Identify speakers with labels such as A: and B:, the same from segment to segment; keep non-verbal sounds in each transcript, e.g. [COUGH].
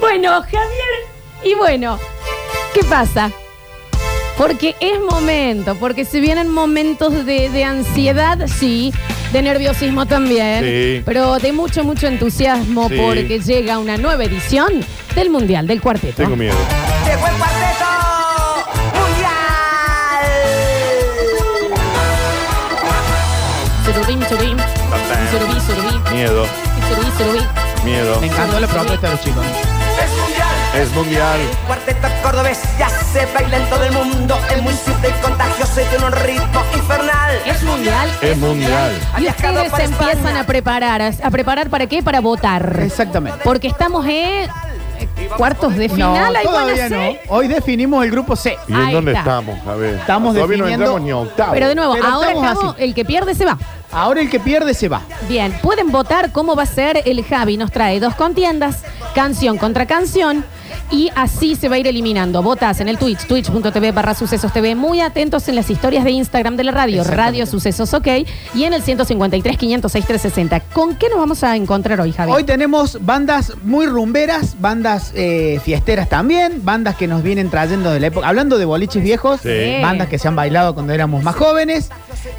A: Bueno, Javier, y bueno, ¿qué pasa? Porque es momento, porque se vienen momentos de, de ansiedad, sí, de nerviosismo también,
B: Sí.
A: pero de mucho, mucho entusiasmo
B: Sí.
A: porque llega una nueva edición del Mundial del Cuarteto.
B: Tengo miedo.
C: ¡Se fue el cuarteto mundial!
A: Surubim, surubim, surubí, surubí,
B: Miedo,
A: surubí, surubí.
B: miedo.
D: Me encantó la propuesta de los chicos.
C: ¡Es mundial!
B: Es mundial.
C: Cuarteto cordobés ya se baila en todo el mundo. Es muy simple y contagioso y tiene un ritmo infernal.
A: Es mundial.
B: Es mundial.
A: Y
C: Viajado
A: ustedes
C: para
A: se empiezan
C: España.
A: a preparar. ¿A a preparar para qué? Para votar.
D: Exactamente.
A: Porque estamos en cuartos de final. hay
D: todavía
A: buenas,
D: no.
A: ¿eh?
D: Hoy definimos el grupo C.
B: ¿Y en
A: Ahí
B: dónde
A: está.
B: estamos? A ver.
D: Estamos
B: Todavía no
D: definiendo-
B: entramos ni a octavo.
A: Pero de nuevo,
D: Pero
A: ahora
D: estamos
A: Javo,
D: así.
A: el que pierde se va.
D: Ahora el que pierde se va.
A: Bien, pueden votar cómo va a ser el Javi. Nos trae dos contiendas, canción contra canción, y así se va a ir eliminando. Votas en el Twitch, twitch.tv barra sucesos TV. Muy atentos en las historias de Instagram de la radio,
D: Exactamente.
A: Radio Sucesos OK, y en el 153 506 360. ¿Con qué nos vamos a encontrar hoy, Javi?
D: Hoy tenemos bandas muy rumberas, bandas eh, fiesteras también, bandas que nos vienen trayendo de la época. Hablando de boliches viejos,
B: Sí.
D: bandas que se han bailado cuando éramos más jóvenes.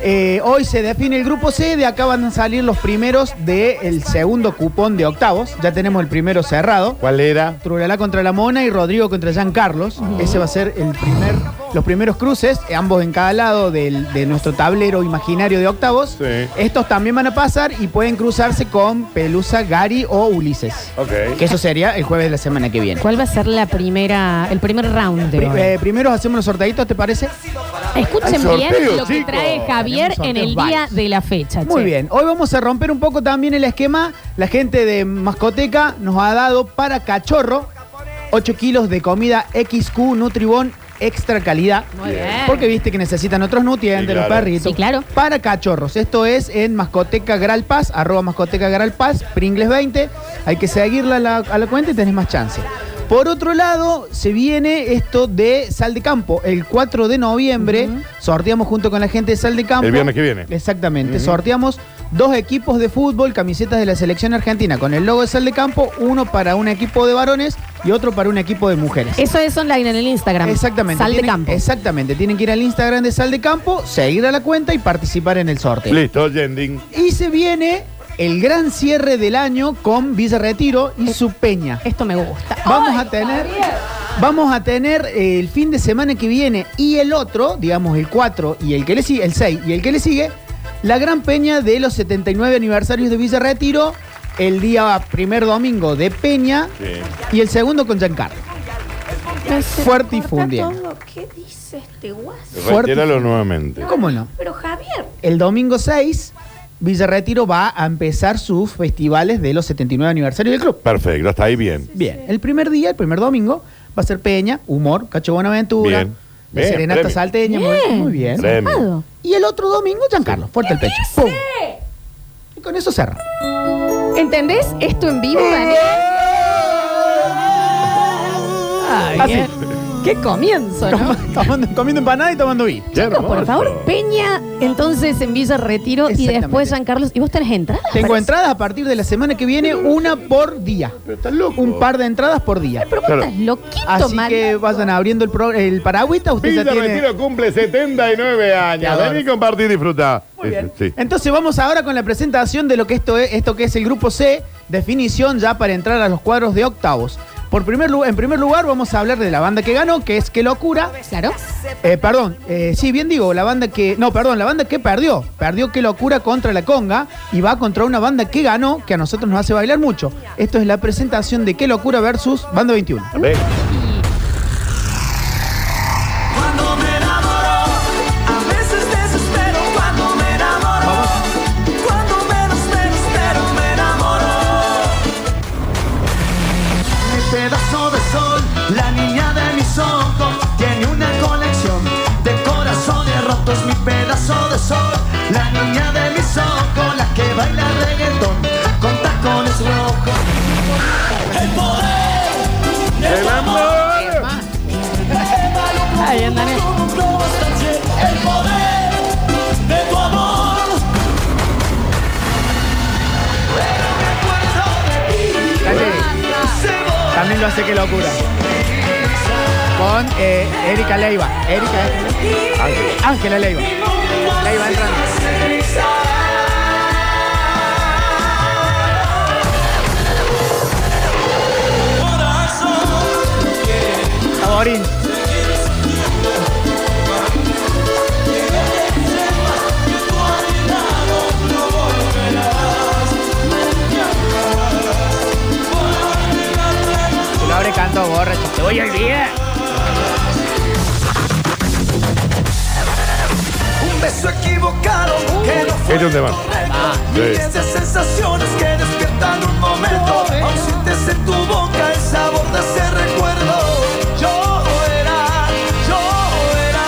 D: Eh, hoy se define el grupo C, de acá van a salir los primeros del segundo cupón de octavos. Ya tenemos el primero cerrado.
B: ¿Cuál era?
D: Trulalá contra la Mona y Rodrigo contra Jean Carlos.
B: Ah.
D: Ese va a ser el primer, los primeros cruces, eh, ambos en cada lado del- de nuestro tablero imaginario de octavos.
B: Sí.
D: Estos también van a pasar y pueden cruzarse con Pelusa, Gary o Ulises.
B: Ok.
D: Que eso sería el jueves de la semana que viene.
A: ¿Cuál va a ser la primera, el primer round de
D: Pri-
A: hoy?
D: eh, primero hacemos los sorteitos, ¿te parece?
A: Escuchen
B: hay sorteo,
A: bien lo que
B: chicos.
A: trae Javier
D: Tenemos
A: en el
D: sorteos
A: día
D: varios.
A: de la fecha.
D: Muy
A: che.
D: bien, hoy vamos a romper un poco también el esquema. La gente de Mascoteca nos ha dado para cachorro 8 kilos de comida XQ Nutribón extra calidad.
A: Muy bien.
D: Porque viste que necesitan otros nutrientes,
B: Sí,
D: los
B: claro.
D: perritos.
A: Sí, claro.
D: Para cachorros. Esto es en Mascoteca Gral Paz, arroba Mascoteca Gral Paz, Pringles 20. Hay que seguirla a la, a la cuenta y tenés más chance. Por otro lado, se viene esto de Sal de Campo. El 4 de noviembre sorteamos junto con la gente de Sal de Campo.
B: El viernes que viene.
D: Exactamente.
B: Ujú.
D: Sorteamos dos equipos de fútbol, camisetas de la selección argentina con el logo de Sal de Campo, uno para un equipo de varones y otro para un equipo de mujeres.
A: Eso es online en el Instagram.
D: Exactamente.
A: Sal de
D: tienen-
A: campo.
D: Exactamente. Tienen que ir al Instagram de Sal de Campo, seguir a la cuenta y participar en el sorteo.
B: Listo, Yending.
D: Y se viene el gran cierre del año con Villa Retiro y su peña.
A: Esto me gusta.
D: Vamos
A: Ay,
D: a tener.
A: Javier.
D: Vamos a tener eh, el fin de semana que viene y el otro, digamos el 4 y el que le sigue, el 6 y el que le sigue, la gran peña de los 79 aniversarios de Villa Retiro, el día primer domingo de Peña
B: Sí.
D: y el segundo con Giancarlo.
E: Me hace
D: Fuerte y
E: recordar
D: fundiendo.
E: todo. ¿Qué dice este guaso?
D: Fuerte.
B: Retíralo nuevamente.
D: ¿Cómo no?
E: Pero Javier,
D: El domingo 6, Villa Retiro va a empezar sus festivales de los 79 aniversarios del club.
B: Perfecto, hasta ahí bien.
D: Bien, el primer día, el primer domingo, va a ser Peña, Humor, Cacho Buenaventura,
B: Bien. Bien,
D: Serenata
B: premio.
D: Salteña, muy bien. muy bien.
B: Premio.
A: Zarpado.
D: Y el otro domingo, Giancarlo, fuerte el pecho. ¡Pum! Y con eso cerra.
A: ¿Entendés? Esto en vivo,
D: Eh.
A: Daniel. Ay,
D: Así.
A: eh. Qué comienzo, ¿no?
D: [LAUGHS] Toma- tomando- comiendo empanada y tomando vino.
B: Qué
A: Chicos, por
B: hermoso.
A: favor, Peña, entonces en Villa Retiro y
D: Exactamente.
A: después San Carlos. ¿Y vos tenés entradas?
D: Tengo
A: Parece-
D: entradas a partir de la semana que viene, una por día.
B: Pero estás loco.
D: Un par de entradas por día.
A: Pero vos
B: Claro.
A: estás loquito,
D: Así
A: mal.
D: que vayan abriendo el, pro- el paragüita, usted
B: Villa
D: ya tiene...
B: Retiro cumple 79 años.
D: adoro.
B: Ven y compartir y disfrutar. Sí.
D: Entonces vamos ahora con la presentación de lo que esto es, esto que es el grupo C, definición ya para entrar a los cuadros de octavos. Por primer lu- en primer lugar vamos a hablar de la banda que ganó, que es Qué Locura.
A: Claro.
D: Eh, perdón, eh, sí, bien digo, la banda que... No, perdón, la banda que perdió. Perdió Qué Locura contra la Conga y va contra una banda que ganó, que a nosotros nos hace bailar mucho. Esto es la presentación de Qué Locura versus Banda 21.
B: Ven.
C: Cuando me enamoro, a veces desespero. Cuando me enamoro, cuando menos me espero, me enamoro. Mi pedazo de sol, la niña de mis ojos, tiene una colección de corazones rotos. Mi pedazo de sol, la niña de mis ojos, la que baila reggaetón con tacones rojos. El poder
B: El amor.
A: Ahí andan. eh.
C: el poder de tu amor. Pero me acuerdo de ti. Se
D: También lo hace que locura. Con eh, Erika Leiva. Erika Ángela. Ángela Leiva. Leiva entrando. Saborín. Lo abre canto borracho. Te voy a olvidar.
C: Un beso equivocado que no
B: Este
C: fue
B: es un tema. Sí.
C: Miles de sensaciones que despiertan un momento Aún sientes en tu boca el sabor de ese recuerdo Yo era, yo era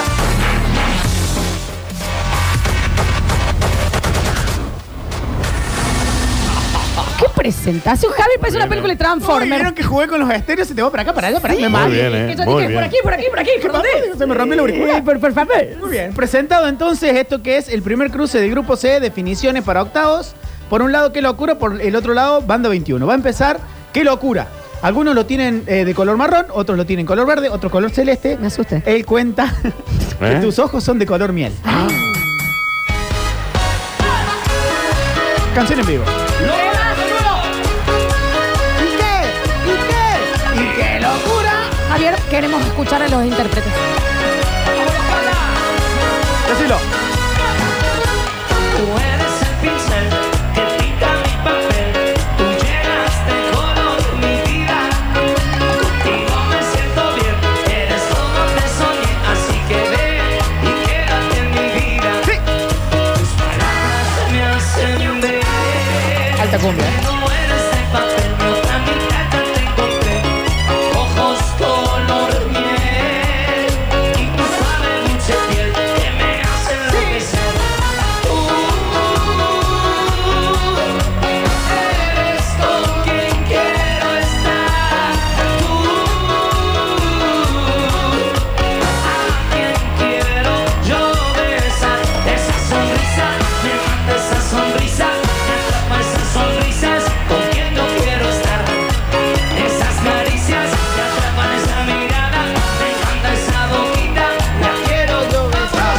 A: ¿Qué presentación? Javi parece una película de
D: Uy,
A: Transformer.
D: ¿Vieron que jugué con los estéreos? Se te va para acá, para allá, para
B: Muy
D: allá. Me mato.
B: bien,
A: Que
B: ¿eh?
A: yo
B: Muy
A: dije, por
B: bien.
A: aquí, por aquí, por aquí, por aquí.
D: Se me rompió la auricular.
A: Por, por favor.
D: Muy bien, presentado entonces esto que es el primer cruce de grupo C, definiciones para octavos. Por un lado, qué locura, por el otro lado, banda 21. Va a empezar, qué locura. Algunos lo tienen eh, de color marrón, otros lo tienen color verde, otros color celeste.
A: Me asusté.
D: Él cuenta [LAUGHS] que
B: ¿Eh?
D: tus ojos son de color miel. Canción en vivo. ¿Y qué? ¿Y qué? ¿Y qué locura?
A: Javier, queremos escuchar a los intérpretes.
D: Decilo.
F: Tú eres el pincel que pinta mi papel. Tú llenas de color mi vida. Contigo me siento bien. Eres todo lo que soñé. Así que ve y quédate en mi vida. Tus palabras me hacen ver.
D: Alta cumbia. ¿eh?
F: No eres de papel, mi otra mitad ya te encontré. Ojos color miel y tu suave dulce piel que me hace enloquecer. Tú eres con quien quiero estar. Tú a quien quiero yo besar. Esa sonrisa me mata, esa sonrisa me atrapa, esas sonrisas con quien yo quiero estar. Esas caricias me atrapan, esa mirada me encanta, esa boquita la quiero yo besar.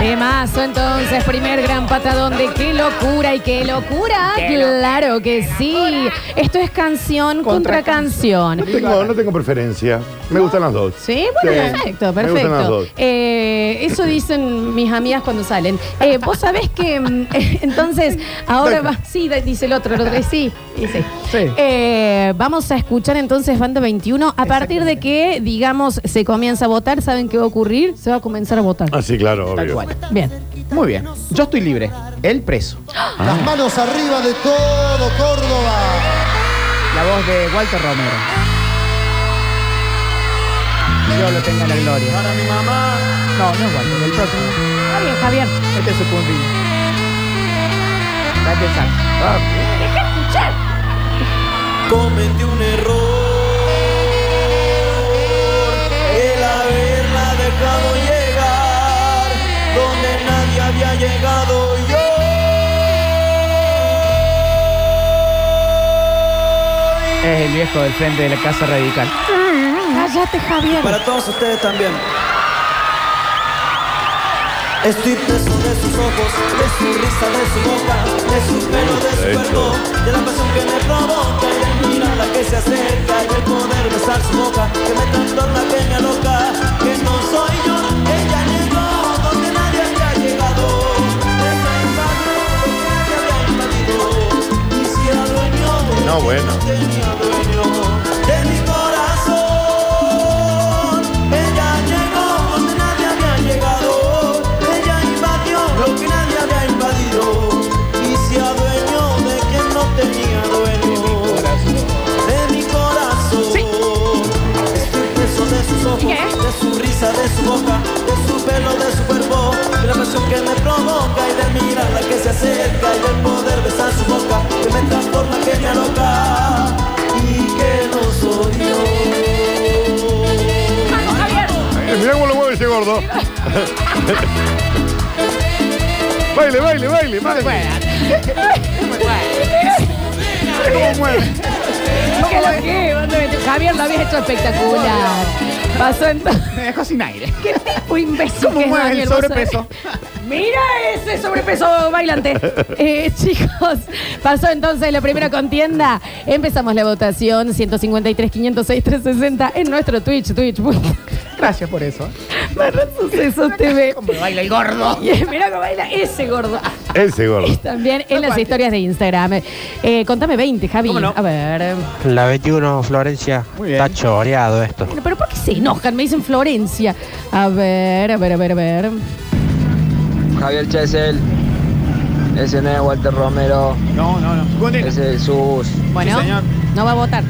A: Temazo, entonces, primer gran patadón de qué locura y qué locura. claro que sí. Esto es canción contra,
D: Contra
A: canción.
B: No tengo, no tengo preferencia. Me gustan las dos.
A: Sí, bueno,
B: Sí.
A: perfecto,
B: Me gustan las
A: perfecto.
B: dos.
A: Eh, eso dicen mis amigas cuando salen. Eh, Vos sabés que mm, [LAUGHS] eh, entonces ahora va, sí, da- dice el otro, el otro, y sí, y sí.
D: Sí.
A: Eh, vamos a escuchar entonces Banda 21. A partir de que, digamos, se comienza a votar, ¿saben qué va a ocurrir? Se va a comenzar a votar.
B: Ah, sí, claro,
D: Tal
B: obvio.
D: cual.
A: Bien.
D: Muy bien. Yo estoy libre. Él preso.
G: Las manos arriba de todo Córdoba.
D: La voz de Walter Romero. Dios lo tenga en la gloria.
C: Para mi mamá
D: No, no es Walter, el próximo.
A: Está bien, Javier.
D: Este es su puntillo. Date el saco.
C: cometí un error El haberla dejado llegar Donde nadie había llegado yo
D: Es el viejo del frente de la casa radical.
A: Cállate, Javier.
C: Para todos ustedes también. Estoy preso de sus ojos, de su risa, de su boca, de sus pelos, de su cuerpo, de la pasión que me provoca, y el mirarla que se acerca, y el poder besar su boca, que me trastorna, que me aloca, que no soy yo, ella llegó donde nadie había llegado. Ella invadió lo que nadie había invadido, y se adueñó de
B: No, bueno.
C: tenía dueño de mi corazón. Ella llegó donde nadie había llegado. Ella invadió lo que nadie había invadido. Y se adueñó de quien no tenía dueño. De mi corazón. Estoy preso de sus ojos, de su risa, de su boca, de su pelo, de su cuerpo, de la pasión que me provoca y de mirarla que se acerca y del poder besar su boca, que me transforma, que me aloca y que no soy yo.
B: Eh, mirá cómo lo mueve ese gordo.
A: [LAUGHS]
B: baile, baile, baile, baile.
D: Bueno.
B: Mirá cómo mueve.
A: Javier, lo habías hecho espectacular. Pasó entonces.
D: Me dejó sin aire.
A: ¿Qué tipo imbécil
D: ¿Cómo
A: que es
D: mueve
A: Daniel,
D: el
A: vos
D: sobrepeso?
A: sabés. Mira ese sobrepeso
D: [LAUGHS]
A: bailante. Eh, chicos, pasó entonces la primera contienda. Empezamos la votación 153 506 360 en nuestro Twitch, Twitch.
D: [LAUGHS] Gracias por eso. ¿eh?
A: Barra Sucesos TV.
D: Como baila el gordo.
A: Y mira cómo baila ese
D: [LAUGHS]
A: gordo.
B: Ese gordo.
A: Y también en las historias de Instagram. Eh, contame 20, Javi.
D: ¿Cómo no?
A: A ver.
H: La 21, Florencia.
D: Muy bien.
H: Está choreado esto.
A: Bueno, pero ¿por qué se enojan? Me dicen Florencia. A ver, a ver, a ver, a ver.
I: Javier Chesel, ese no es Walter Romero,
D: No, no, no. Condena. Sí,
I: ese es Sus.
A: Bueno,
D: señor.
A: no va a votar.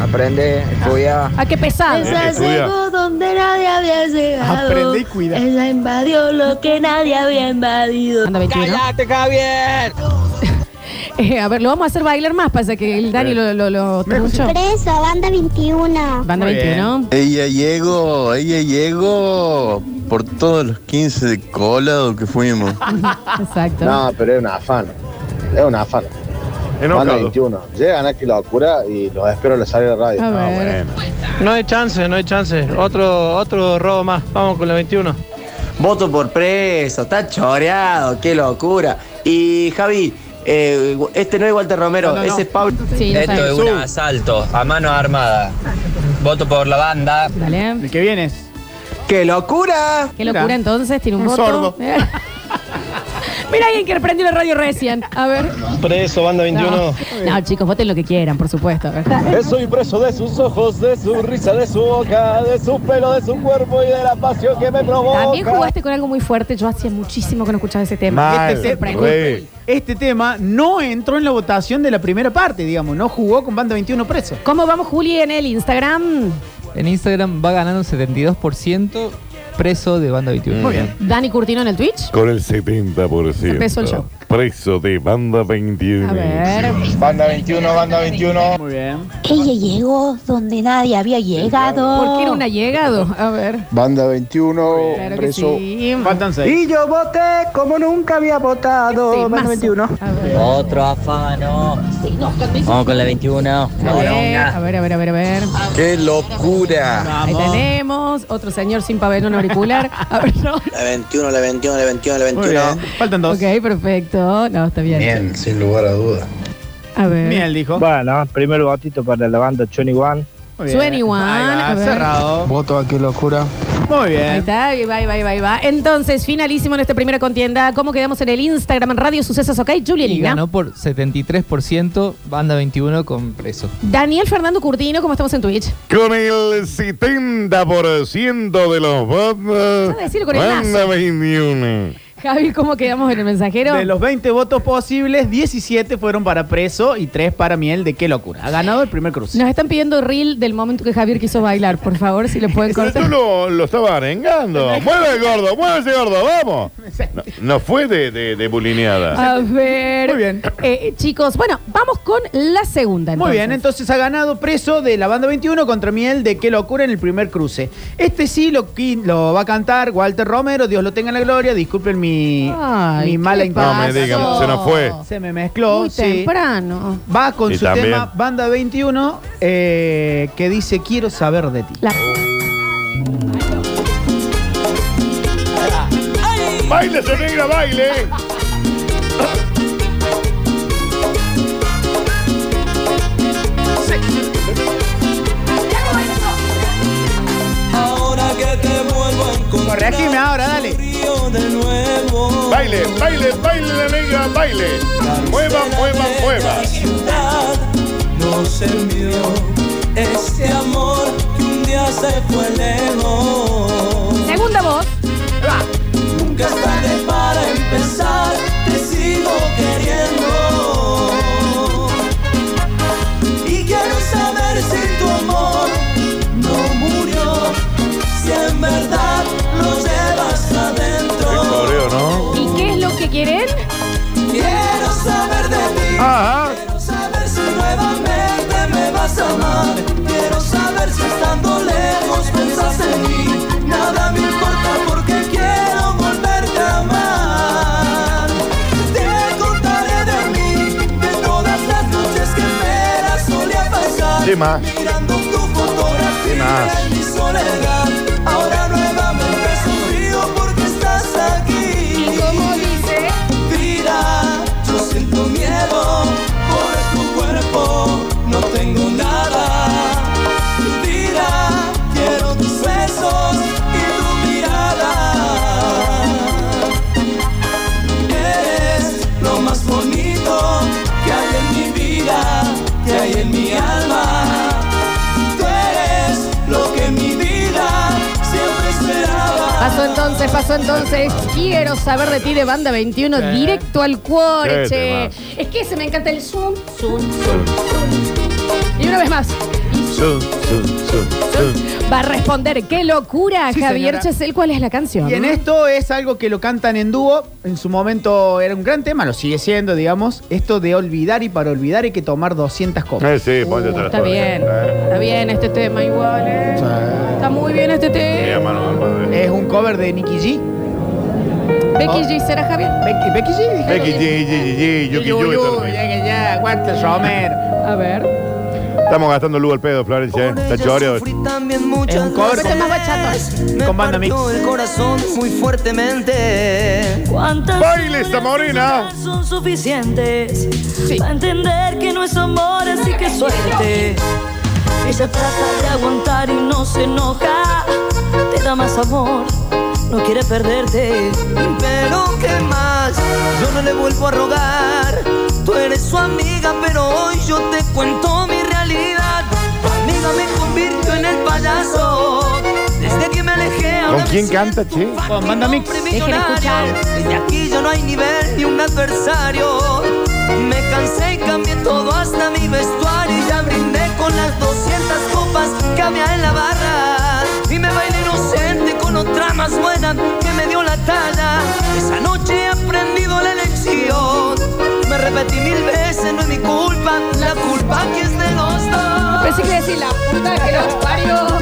I: Aprende, estudia.
A: Ah, qué pesado.
E: Ella
B: Estudia.
E: llegó donde nadie había llegado.
D: Aprende y cuida.
E: Ella invadió lo que nadie había invadido.
A: Anda 21.
H: Javier!
A: [LAUGHS] Eh, a ver, lo vamos a hacer bailar más, pasa que el Dani lo, lo, lo mucho.
J: Presa, banda 21.
A: Banda
D: Muy
A: 21.
K: Ella llegó, ella llegó por todos los 15 de colado que fuimos.
A: Exacto.
I: No, Ah, pero es un afán. Es un afán.
A: Este
I: Van
B: Enojado.
I: 21. Llegan aquí locura y los espero en la sala de radio.
A: A
B: Ah,
A: ver.
B: bueno.
H: No hay chance, no hay chance. Otro, otro robo más. Vamos con la 21.
C: Voto por preso, está choreado, qué locura. Y Javi, eh, este no es Walter Romero,
D: No, no, no.
C: ese es Pablo.
A: Sí, no sabemos.
D: un
I: asalto a mano armada. Voto por la banda.
A: Dale.
D: El que vienes.
C: ¡Qué locura!
A: Qué locura
D: Mira.
A: entonces, tiene un,
D: Un
A: voto. Eh.
D: sordo.
A: [LAUGHS] Mira alguien que prendió la radio recién. A ver.
H: Preso, banda
A: No. No, chicos, voten lo que quieran, por supuesto. A ver.
H: Soy preso de sus ojos, de su risa, de su boca, de su pelo, de su cuerpo y de la pasión que me provoca.
A: También jugaste con algo muy fuerte. Yo hacía muchísimo que no escuchaba ese tema.
B: Mal,
D: Este se-
B: re.
D: Este tema no entró en la votación de la primera parte, digamos. No jugó con banda 21 preso.
A: ¿Cómo vamos, Juli, en el Instagram?
H: En Instagram va ganando 72% preso de banda 21.
D: Muy bien.
A: Dani Curtino en el Twitch.
B: Con el 70%.
A: Se empezó el show.
B: Preso de banda 21.
A: A ver.
K: Banda 21, banda 21.
D: Muy bien.
J: Ella llegó donde nadie había llegado.
A: ¿Por qué era
H: Oh.
A: un allegado? A ver.
K: Banda 21,
A: Claro que sí.
D: Faltan seis.
C: yo voté como nunca había votado.
A: Sí, mazo. A ver.
I: Otro afano. Vamos con la 21.
A: A ver, a ver, a ver, a ver, a ver.
K: ¡Qué locura!
A: Ahí
D: Vamos.
A: tenemos otro señor sin pabellón
I: [LAUGHS]
A: auricular. A ver, no.
I: La 21, la 21, la 21, la
D: Muy bien. Faltan dos.
A: Ok, perfecto. No, está bien.
K: sin lugar a dudas.
A: A ver.
D: Miel dijo.
H: Bueno, primer votito para la banda Johnny One.
D: Muy bien.
A: 21,
D: Ahí va,
A: a ver.
D: cerrado.
H: Voto a qué locura.
D: Muy
A: Ahí
D: bien.
A: está, ahí va, ahí va, ahí va, ahí va. Entonces, finalísimo en esta primera contienda. ¿Cómo quedamos en el Instagram, en Radio Sucesos, ok?
H: Y
A: Julianina.
H: ganó por 73% banda 21 con preso.
A: Daniel Fernando Curtino, ¿cómo estamos en Twitch?
B: Con el 70% de los votos.
A: a decirlo con el
B: Banda 21.
A: Javi, ¿cómo quedamos en el mensajero?
D: De los 20 votos posibles, 17 fueron para preso y 3 para miel. De qué locura. Ha ganado el primer cruce.
A: Nos están pidiendo reel del momento que Javier quiso bailar. Por favor, si le
D: [LAUGHS]
A: pueden
B: Pero tú
A: cortar.
B: lo, lo estabas arengando.
A: [LAUGHS]
B: Mueve el gordo, mueve ese gordo, vamos. No, no fue de, de, de bulineada.
A: A ver.
D: Muy bien.
A: Eh, chicos, bueno, vamos con la segunda.
D: Muy
A: Entonces.
D: bien, entonces ha ganado preso de la banda 21 contra Miel de Qué locura en el primer cruce. Este sí lo, qui- lo va a cantar Walter Romero, Dios lo tenga en la gloria, disculpen mi,
A: Ay,
D: mi mala
A: ¿qué
B: No me
D: intención.
A: pasó?
B: digan, se nos fue.
D: Se me mezcló.
A: Muy
D: sí.
A: temprano.
D: Va con
B: Y
D: su
B: también.
D: tema Banda 21 eh, que dice Quiero saber de ti.
A: La-
B: ¡Baile, se negra, baile!
C: Ahora que te vuelvo a encontrar.
D: Corregime ahora, dale.
C: sonrío de nuevo.
B: Baile, baile, baile, la negra, baile. Mueva, mueva, mueva.
C: La ciudad nos envió este amor que un día se fue lejos.
A: Segunda voz.
C: Nunca es tarde para empezar, te sigo queriendo. Y quiero saber si tu amor no murió, si en verdad lo llevas
B: Qué
C: adentro.
B: coreo, ¿no?
A: ¿Y qué es lo que quieren?
C: Quiero saber de ti.
B: Ajá.
C: Quiero saber si nuevamente me vas a amar. Quiero saber si estando lejos pensas en mí. Nada me importa porque quiero volverte a amar. Te contaré de mí, de todas las noches que me las solía pasar.
B: Sí, ma.
C: Mirando tu foto
B: más?
F: mi soledad. Ahora nuevamente sonrío porque estás aquí. Y como dice, vida, yo siento miedo por tu cuerpo. No tengo nada. Vida, quiero tus besos y tu mirada. Eres lo más bonito que hay en mi vida, que hay en mi alma. Tú eres lo que mi vida siempre esperaba.
A: Pasó entonces, pasó entonces. Quiero saber de ti de banda 21,
F: Sí.
A: directo al cuore,
F: Qué
A: che. Es que se me encanta el zoom, zoom, zoom, zoom. Y una vez más,
B: Zum, zum, zum, zum.
A: va a responder, qué locura,
D: Sí,
A: Javier
D: señora.
A: Chesel, ¿cuál es la canción?
D: Y en este esto es algo que lo cantan en dúo. En su momento era un gran tema, lo sigue siendo, digamos. Esto de olvidar y para olvidar hay que tomar 200 copas.
B: Eh, sí, ponte atrás.
A: Está bien, está bien este tema igual, eh. Está muy bien este tema.
B: Mira, mano, mano, eh.
D: Es un cover de Nicky G.
A: Becky G, ¿será Javier?
D: Becky, Becky G. dije.
B: Becky, G, G, G, G, Yuki, Yuki, todo lo mismo.
D: llegue ya, aguanta, Romer.
A: A ver.
B: Estamos gastando luz al pedo, Florencia. eh. Está choreo.
F: también muchas
D: un cover.
F: veces
D: Pero
F: Me
D: Con banda mix.
F: partió el corazón muy fuertemente.
E: ¿Cuántas
B: Baile esta morena.
E: horas son suficientes para entender que no es amor, así que suerte? Ella trata de aguantar y no se enoja. Te da más amor, no quiere perderte.
F: Pero qué más, yo no le vuelvo a rogar. Tú eres su amiga, pero hoy yo te cuento mi realidad. Tu amiga me convirtió en el payaso. Desde que me alejé,
B: ¿Con
F: ahora
B: quién canta, che?
D: Con banda mix.
A: Dejen escuchar.
F: Desde aquí yo no hay nivel ni un adversario. Me cansé y cambié todo hasta mi vestuario. Y ya brindé con las 200 copas que había en la barra. Y me bailé inocente con otra más buena que me dio la talla. Esa noche he aprendido la lección. Me repetí mil veces, no es mi culpa. La
C: Eh.
F: culpa que es de los dos.
A: Pensé que iba a decir la puta que los parió.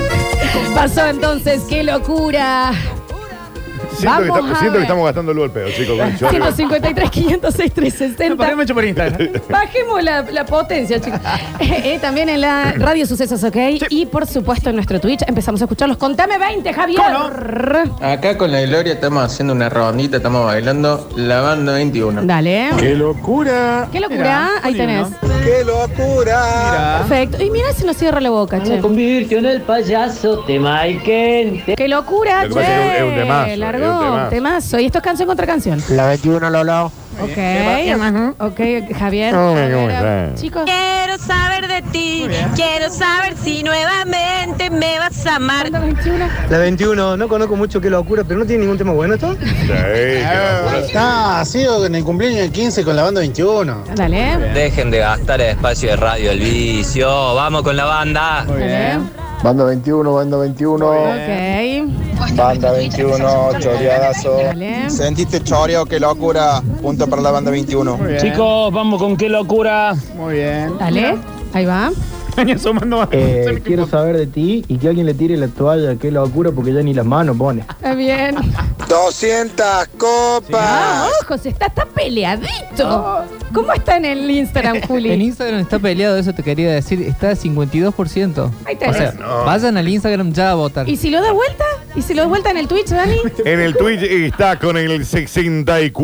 A: Pasó entonces, qué locura.
B: Siento que,
A: Vamos
B: estamos,
A: a
B: siento que
A: ver.
B: estamos gastando luz al pedo, chicos. con el choreo.
A: 153, 506,
D: Lo
A: 360.
D: ponemos hecho por Instagram.
A: Bajemos la, la potencia,
D: [LAUGHS]
A: chicos. Eh, eh, también en la Radio Sucesos, ¿ok? Y por supuesto en nuestro Twitch empezamos a escucharlos. Contame 20, Javier.
I: Acá con la Gloria estamos haciendo una rondita, estamos bailando la banda 21.
A: Dale.
I: ¡Qué locura!
A: Qué locura, ahí tenés.
I: ¡Qué locura!
A: Perfecto. Y mira si no cierra la boca, che.
L: convirtió en el payaso de Michael.
A: Qué locura,
B: Lo que pasa es que
A: che.
B: es un temazo, es
A: Largó,
B: un temazo.
A: temazo. Y esto es canción contra canción.
I: La 21 Lolo.
A: Ok, ok, Javier.
B: No me
A: A ver,
B: comentan.
A: Chicos.
M: Quiero saber de ti, quiero saber si nuevamente me vas a amar.
N: La 21, no conozco mucho qué locura, pero no tiene ningún tema bueno esto.
B: Sí, qué locura.
N: Está, ha sido en el cumpleaños de 15 con la banda 21.
A: Dale.
I: Dejen de gastar el espacio de radio, el vicio. Vamos con la banda.
A: Dale.
O: Banda 21, banda 21,
A: Ok.
O: banda 21, choreadazo.
A: Dale.
O: Sentiste choreo, qué locura. Punto para la banda 21.
L: Chicos, vamos con qué locura.
D: Muy bien.
A: Dale. Ahí va.
D: Asomando más.
B: Eh,
D: [LAUGHS]
L: quiero saber de ti y que alguien le tire la toalla, qué locura, porque ya ni las manos pone.
A: Está bien.
O: 200 copas.
A: Ah, ojo, se está, está peleadito. ¿Cómo está en el Instagram,
P: En
A: Juli?
P: Instagram está peleado, eso te quería decir. Está a 52%.
A: Ahí
P: O
A: tenés.
P: sea, vayan al Instagram ya a votar.
A: ¿Y si lo da vuelta? ¿Y si lo da vuelta en el Twitch, Dani?
B: En el Twitch está con el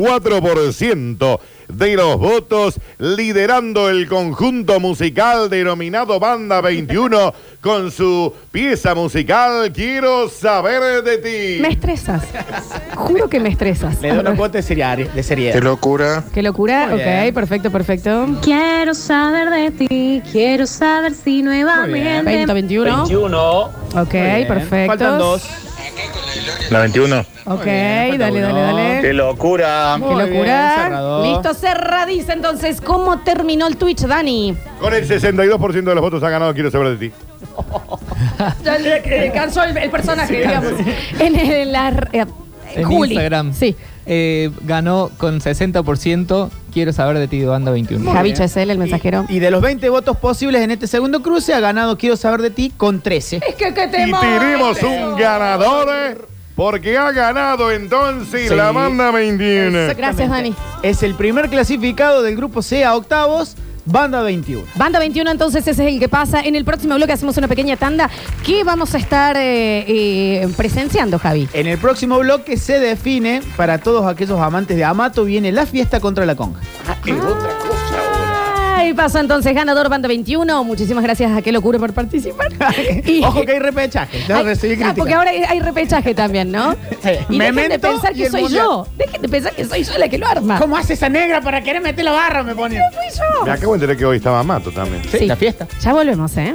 B: 64% de los votos, liderando el conjunto musical denominado Banda 21 con su pieza musical Quiero saber de ti.
A: Me estresas. Juro que me estresas.
D: Le doy una cuota de seriedad. De seriedad.
O: locura.
A: Qué locura.
D: Muy bien.
A: Ok, perfecto, perfecto.
M: Quiero saber de ti, quiero saber si nuevamente
A: 20, 21.
I: 21.
A: Ah, Ok,
I: bien.
A: perfecto.
I: Faltan dos. La 21.
A: Ok,
I: bien,
A: dale, dale, dale.
I: ¡Qué locura!
A: Qué locura.
D: bien, cerrado.
A: Listo, cerradiza. Entonces, ¿cómo terminó el Twitch, Dani?
B: Con el 62% de los votos ha ganado Quiero saber de ti.
A: Ya le- le cansó el, el personaje, digamos. En, el- la. eh,
P: En
A: Juli.
P: Instagram. Sí. ganó con 60%. Quiero saber de ti, de banda 21.
A: Javi Chesel, el mensajero.
D: Y de los 20 votos posibles en este segundo cruce, ha ganado Quiero Saber de Ti con 13.
A: Es que qué
B: Y
A: tema.
B: tenemos un ganador eh, porque ha ganado entonces
D: Sí.
B: la Banda 21.
A: Gracias, Dani.
D: Es el primer clasificado del grupo C a octavos Banda 21.
A: Banda 21, entonces ese es el que pasa. En el próximo bloque hacemos una pequeña tanda. ¿Qué vamos a estar eh, eh, presenciando, Javi?
D: En el próximo bloque se define, para todos aquellos amantes de Amato, viene la fiesta contra la conga.
A: Ahí pasa entonces ganador Banda 21. Muchísimas gracias a Qué Locura por participar. Y- eh,
D: Ojo que hay repechaje. Ya
A: Ay,
D: recibí
A: ah,
D: crítica.
A: porque ahora hay repechaje también,
D: [LAUGHS]
A: ¿no? Y dejen de
D: Memento
A: pensar
D: y
A: que
D: el
A: soy
D: mundial.
A: yo. Dejen de pensar que soy yo la que lo arma.
D: ¿Cómo hace esa negra para querer meter la barra? Me pone.
A: Soy yo.
B: Me acabo de enterar que hoy estaba Mato también.
A: Sí.
D: fiesta.
A: Ya volvemos, ¿eh?